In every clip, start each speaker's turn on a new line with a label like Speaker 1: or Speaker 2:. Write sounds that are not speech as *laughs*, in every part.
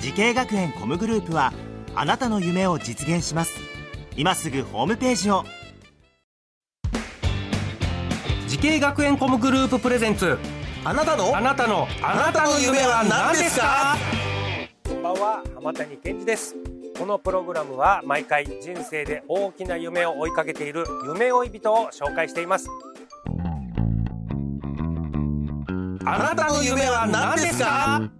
Speaker 1: 時系学園コムグループはあなたの夢を実現します今すぐホームページを
Speaker 2: 時系学園コムグループプレゼンツ
Speaker 3: あなたの
Speaker 2: あなたのあなたの夢は何ですか
Speaker 4: こんばんは浜谷健二ですこのプログラムは毎回人生で大きな夢を追いかけている夢追い人を紹介しています
Speaker 2: あなたの夢は何ですか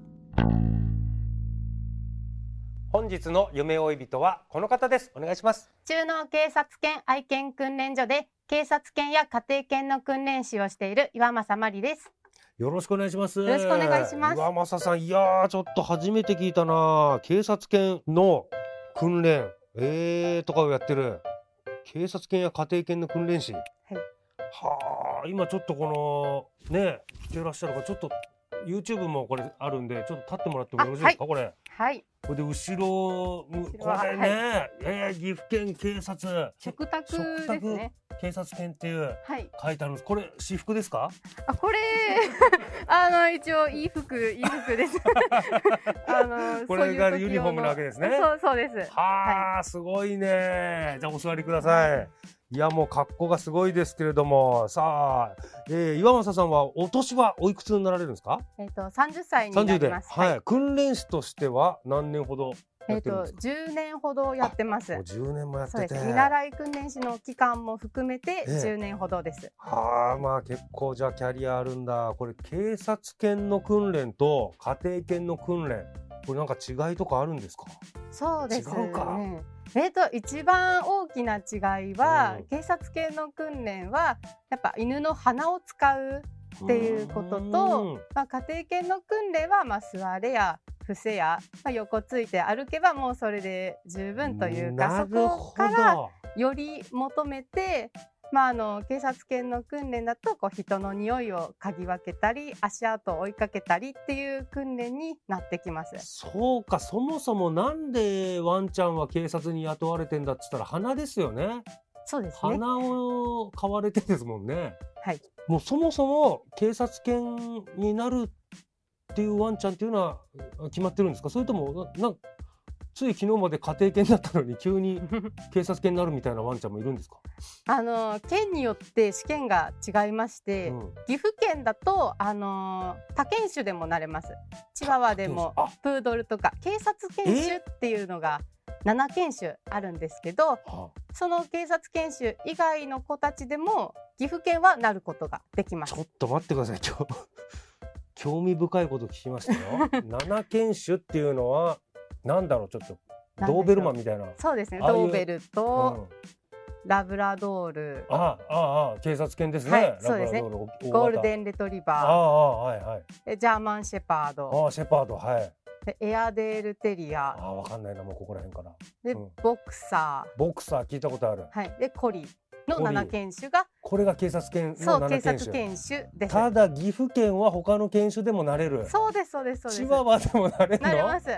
Speaker 4: 本日の夢追い人はこの方ですお願いします
Speaker 5: 中脳警察犬愛犬訓練所で警察犬や家庭犬の訓練士をしている岩正真理です。
Speaker 4: よろしくお願いします
Speaker 5: よろしくお願いします
Speaker 4: 岩正さんいやーちょっと初めて聞いたな警察犬の訓練えーとかをやってる警察犬や家庭犬の訓練士はいあ今ちょっとこのね来てらっしゃるからちょっと YouTube もこれあるんでちょっと立ってもらってもよろしいですか、これ
Speaker 5: はい、
Speaker 4: これで後ろむ
Speaker 5: 後ろは
Speaker 4: これね、えー岐阜県警察
Speaker 5: 食卓
Speaker 4: 食
Speaker 5: です
Speaker 4: 卓
Speaker 5: ね。
Speaker 4: 警察犬っていう
Speaker 5: はい、
Speaker 4: 書いてあるんですこれ私服ですか
Speaker 5: あ、 *laughs* これ、あの、一応いい服、いい服 *laughs* です。あの、
Speaker 4: これが
Speaker 5: そういう時用の
Speaker 4: ユニフォームなわけですね
Speaker 5: そう、そうです。
Speaker 4: はあ、すごいねじゃあお座りくださいいやもう格好がすごいですけれどもさあ、えー、岩政さんはお年はおいくつになられるんですか
Speaker 5: えっ、と、三十歳にな
Speaker 4: 30
Speaker 5: り
Speaker 4: で、
Speaker 5: ます。
Speaker 4: はい、訓練士としては何年ほど
Speaker 5: え
Speaker 4: や
Speaker 5: っ、
Speaker 4: ってるん
Speaker 5: と
Speaker 4: です、か、
Speaker 5: 十年ほどやってます。
Speaker 4: もう10年もやっ
Speaker 5: そう
Speaker 4: て
Speaker 5: です。
Speaker 4: て
Speaker 5: 見習い訓練士の期間も含め
Speaker 4: え
Speaker 5: て、
Speaker 4: え
Speaker 5: 十年ほどです。
Speaker 4: はあまあ結構じゃあキャリアあるんだこれ警察犬の訓練と家庭犬の訓練これなんか違いとかあるんですか
Speaker 5: そうですね。
Speaker 4: 違うか
Speaker 5: えっと一番大きな違いは、
Speaker 4: うん
Speaker 5: 警察犬の訓練はやっぱ犬の鼻を使う、っていうこととまあ、家庭犬の訓練は、まあ、座れや伏せや、まあ、横ついて歩けばもうそれで十分というかそこからより求めて、まあ、あの警察犬の訓練だとこう人の匂いを嗅ぎ分けたり足跡を追いかけたりっていう訓練になってきます。
Speaker 4: そうかそもそもなんでワンちゃんは警察に雇われてんだっつったら鼻ですよね
Speaker 5: そうですね
Speaker 4: 鼻を買われてですもんね
Speaker 5: はい
Speaker 4: もうそもそも警察犬になるっていうワンちゃんっていうのは決まってるんですかそれともななんつい昨日まで家庭犬だったのに急に警察犬になるみたいなワンちゃんもいるんですか、
Speaker 5: あの県によって試験が違いまして、
Speaker 4: うん
Speaker 5: 岐阜県だとあの他犬種でもなれますチワワでも
Speaker 4: 他犬
Speaker 5: プードルとか警察犬種っていうのが7犬種あるんですけどその警察犬種以外の子たちでも岐阜県はなることができます
Speaker 4: ちょっと待ってください今日 *laughs* 興味深いこと聞きま
Speaker 5: *laughs*
Speaker 4: したよ七犬種っていうのはなんだろうちょっと
Speaker 5: なんでしょう
Speaker 4: ドーベルマンみたいな、
Speaker 5: そうですね
Speaker 4: ああいう
Speaker 5: ドーベル
Speaker 4: うん、
Speaker 5: と
Speaker 4: あ
Speaker 5: ラブラドール
Speaker 4: あああ警察犬ですね、
Speaker 5: はい
Speaker 4: ラブラドール
Speaker 5: そう
Speaker 4: 大型
Speaker 5: ゴールデンレトリ
Speaker 4: ああ
Speaker 5: バ
Speaker 4: あはいはい
Speaker 5: ーでジャーマンシェパード
Speaker 4: ああシェパードはい
Speaker 5: でエアデールテリ
Speaker 4: あ
Speaker 5: ア
Speaker 4: あわかんないなもうここら辺から
Speaker 5: で
Speaker 4: うん
Speaker 5: ボクサー
Speaker 4: ボクサー聞いたことある
Speaker 5: はい、でコリの
Speaker 4: コリ
Speaker 5: 7犬種が
Speaker 4: これが警察犬の
Speaker 5: そう
Speaker 4: 七
Speaker 5: 警
Speaker 4: 犬
Speaker 5: 察
Speaker 4: 種
Speaker 5: 犬種です。
Speaker 4: ただ岐阜県は他の犬種でもなれる
Speaker 5: そうですそうですそうです。
Speaker 4: チワワでもなれる
Speaker 5: なれま
Speaker 4: の
Speaker 5: す。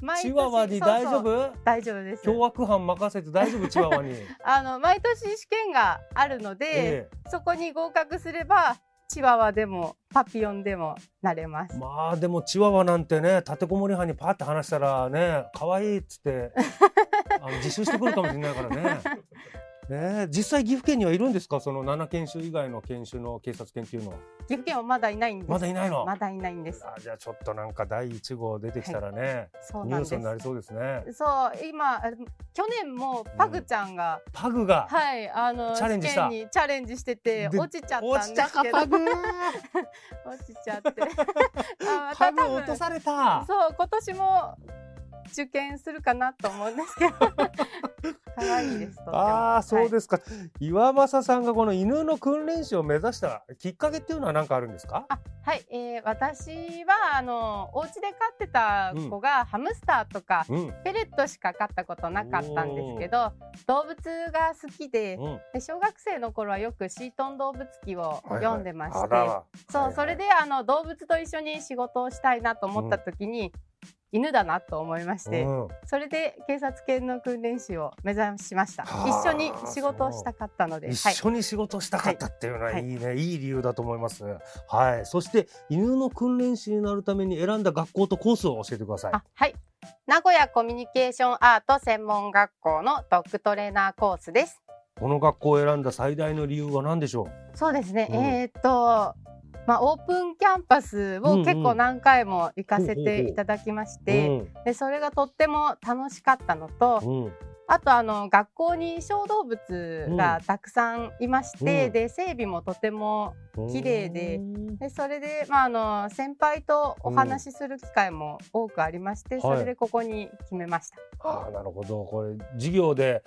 Speaker 5: 毎年
Speaker 4: チワワに大丈夫
Speaker 5: そうそう大丈夫です。
Speaker 4: 凶悪犯任せて大丈夫チワワに
Speaker 5: あの毎年試験があるので、
Speaker 4: え
Speaker 5: そこに合格すればチワワでもパピオンでもなれます。
Speaker 4: まあでもチワワなんてね立てこもり犯にパッて話したらね可愛いっつって
Speaker 5: *laughs*
Speaker 4: あの自首してくるかもしれないからね。ねえ実際岐阜県にはいるんですかその7犬種以外の犬種の警察犬っていうのは
Speaker 5: 岐阜県はまだいないんです。
Speaker 4: まだいないの、
Speaker 5: まだいないんです。
Speaker 4: あじゃあちょっとなんか第1号出てきたらね、
Speaker 5: そう
Speaker 4: ニュ
Speaker 5: な
Speaker 4: ー
Speaker 5: んです
Speaker 4: スに。なりそうですね
Speaker 5: そう今あ去年もパグちゃんが、
Speaker 4: パグが、
Speaker 5: はいあの
Speaker 4: チャレンジした
Speaker 5: 試験にチャレンジしてて
Speaker 4: で
Speaker 5: 落ちちゃったんで
Speaker 4: 落
Speaker 5: す
Speaker 4: ち
Speaker 5: け
Speaker 4: た
Speaker 5: ど。
Speaker 4: かパグ
Speaker 5: 落ちちゃって。 *laughs* あ
Speaker 4: パグ落とされた *laughs*
Speaker 5: そう今年も受験するかなと思うんですけど可愛いです。とっても
Speaker 4: ああ、そう
Speaker 5: はい
Speaker 4: ですか。岩政さんがこの犬の訓練士を目指したきっかけっていうのは何かあるんですか。
Speaker 5: はい、えー私はあのお家で飼ってた子がハムスターとか、
Speaker 4: うん。
Speaker 5: ペレットしか飼ったことなかったんですけど動物が好きで
Speaker 4: うん。
Speaker 5: で小学生の頃はよく「シートン動物記」を読んでまして、
Speaker 4: あら。
Speaker 5: そう、
Speaker 4: はいはい
Speaker 5: それであの動物と一緒に仕事をしたいなと思った時に、犬だなと思いまして、
Speaker 4: うん
Speaker 5: それで警察犬の訓練士を目指しました
Speaker 4: はあ
Speaker 5: 一緒に仕事をしたかったので
Speaker 4: 一
Speaker 5: はい、
Speaker 4: 緒に仕事したかったっていうのは
Speaker 5: はいい
Speaker 4: いね、い、い理由だと思います。はい、そして犬の訓練士になるために選んだ学校とコースを教えてください。
Speaker 5: あはい名古屋コミュニケーションアート専門学校のドッグトレーナーコースです
Speaker 4: この学校を選んだ最大の理由は何でしょ
Speaker 5: そうですね、
Speaker 4: うん
Speaker 5: えーっとまあ、オープンキャンパスを結構何回も行かせていただきまし
Speaker 4: う。
Speaker 5: て、でそれがとっても楽しかったのと、
Speaker 4: うん、うん、
Speaker 5: あとあの学校に小動物がたくさんいまして、
Speaker 4: うん
Speaker 5: で整備もとても
Speaker 4: うん
Speaker 5: 綺麗で。でそれで、まあ、あの先輩とお話しする機会も多くありまして、
Speaker 4: い
Speaker 5: それでここに決めました、
Speaker 4: ああ、なるほど。これ授業で、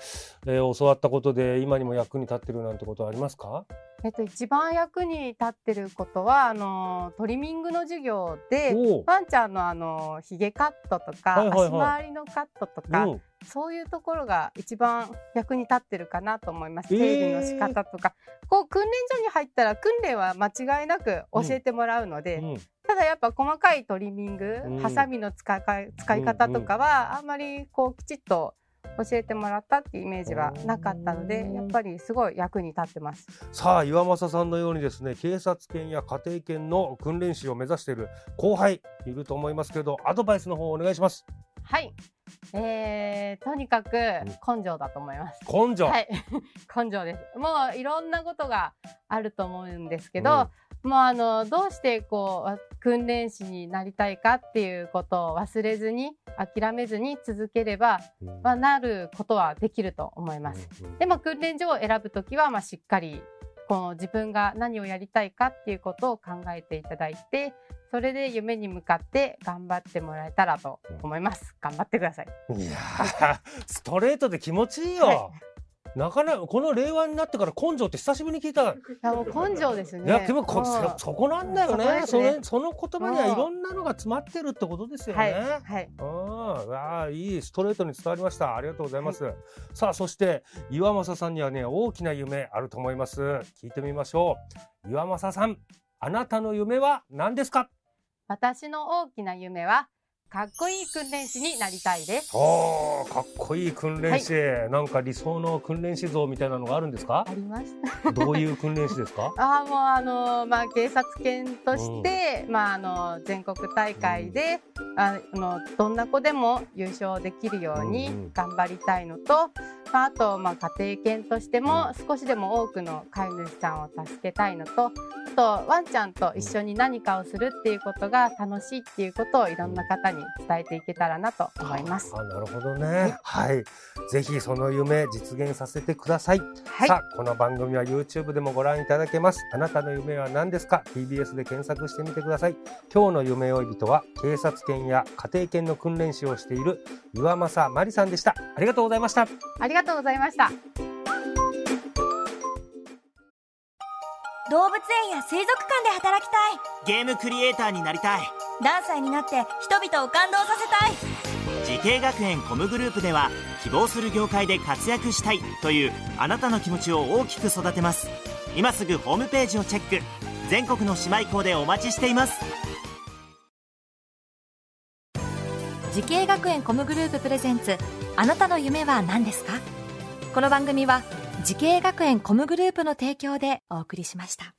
Speaker 4: えー教わったことで今にも役に立ってるなんてことはありますか？
Speaker 5: えっと、一番役に立ってることはあのトリミングの授業で
Speaker 4: おう
Speaker 5: ワンちゃんのあのひげカットとか、
Speaker 4: はいはいはい
Speaker 5: 足回りのカットとか、
Speaker 4: うん、
Speaker 5: そういうところが一番役に立ってるかなと思います。
Speaker 4: えー
Speaker 5: 整理の仕方とか、こう訓練所に入ったら訓練は間違いなく教えてもらうので、
Speaker 4: うん、
Speaker 5: ただやっぱ細かいトリミング、
Speaker 4: うん
Speaker 5: ハサミの使いか使い方とかはあんまりこうきちっと教えてもらったっていうイメージはなかったので、
Speaker 4: うん
Speaker 5: やっぱりすごい役に立ってます。
Speaker 4: さあ岩政さんのようにですね警察犬や家庭犬の訓練士を目指している後輩いると思いますけどアドバイスの方をお願いします
Speaker 5: はい、えー、とにかく根性だと思います。
Speaker 4: 根性、
Speaker 5: はい、 *laughs* 根性です。もういろんなことがあると思うんですけど、
Speaker 4: うん
Speaker 5: もうあのどうしてこう訓練士になりたいかっていうことを忘れずに諦めずに続ければ、
Speaker 4: うん
Speaker 5: まあ、なることはできると思います。
Speaker 4: うんうん
Speaker 5: でも訓練所を選ぶときは、まあ、しっかりこの自分が何をやりたいかっていうことを考えていただいてそれで夢に向かって頑張ってもらえたらと思います。頑張ってください。
Speaker 4: いやーストレートで気持ちいいよ、
Speaker 5: は
Speaker 4: なかなかこの令和になってから根性って久しぶりに聞いた、
Speaker 5: いやもう根性ですね。
Speaker 4: いやでもこ
Speaker 5: う
Speaker 4: そそこなんだよね
Speaker 5: そ
Speaker 4: そ
Speaker 5: こですね
Speaker 4: れその言葉にはいろんなのが詰まってるってことですよね、
Speaker 5: はい、はい
Speaker 4: うん、ああ、いいストレートに伝わりました。ありがとうございます。さあ、そして岩政さんにはね、大きな夢あると思います。聞いてみましょう。岩政さん、あなたの夢は何ですか。
Speaker 5: 私の大きな夢はかっこいい訓練士になりたいです。
Speaker 4: おお、かっこいい訓練士、なんか理想の訓練士像みたいなのがあるんです *laughs* か
Speaker 5: あ。ります。。
Speaker 4: どういう訓練士ですか
Speaker 5: ああもうあのーまあ警察犬として、まああのー全国大会で、あのどんな子でも優勝できるよう
Speaker 4: う
Speaker 5: に
Speaker 4: んうん
Speaker 5: 頑張りたいのと、まああとまあ家庭犬としても少しでも多くの飼い主さんを助けたいのと、あとワンちゃんと一緒に何かをするっていうことが楽しいっていうことをいろんな方に伝えていけたらなと思います。
Speaker 4: あ、なるほどね。はい、ぜひその夢実現させてください。
Speaker 5: はい
Speaker 4: さ。あこの番組は YouTube でもご覧いただけますあなたの夢は何ですか TBS で検索してみてください今日の夢追い人は警察犬や家庭犬の訓練士をしている岩政真理さんでしたありがとうございました
Speaker 5: ありがとうございました。
Speaker 6: 動物園や水族館で働きたい
Speaker 1: ゲームクリエイターになりたい
Speaker 6: 何歳になって人々を感動させたい
Speaker 1: 時系学園コムグループでは希望する業界で活躍したいというあなたの気持ちを大きく育てます今すぐホームページをチェック全国の姉妹校でお待ちしています
Speaker 7: 時系学園コムグループプレゼンツあなたの夢は何ですかこの番組は時系学園コムグループの提供でお送りしました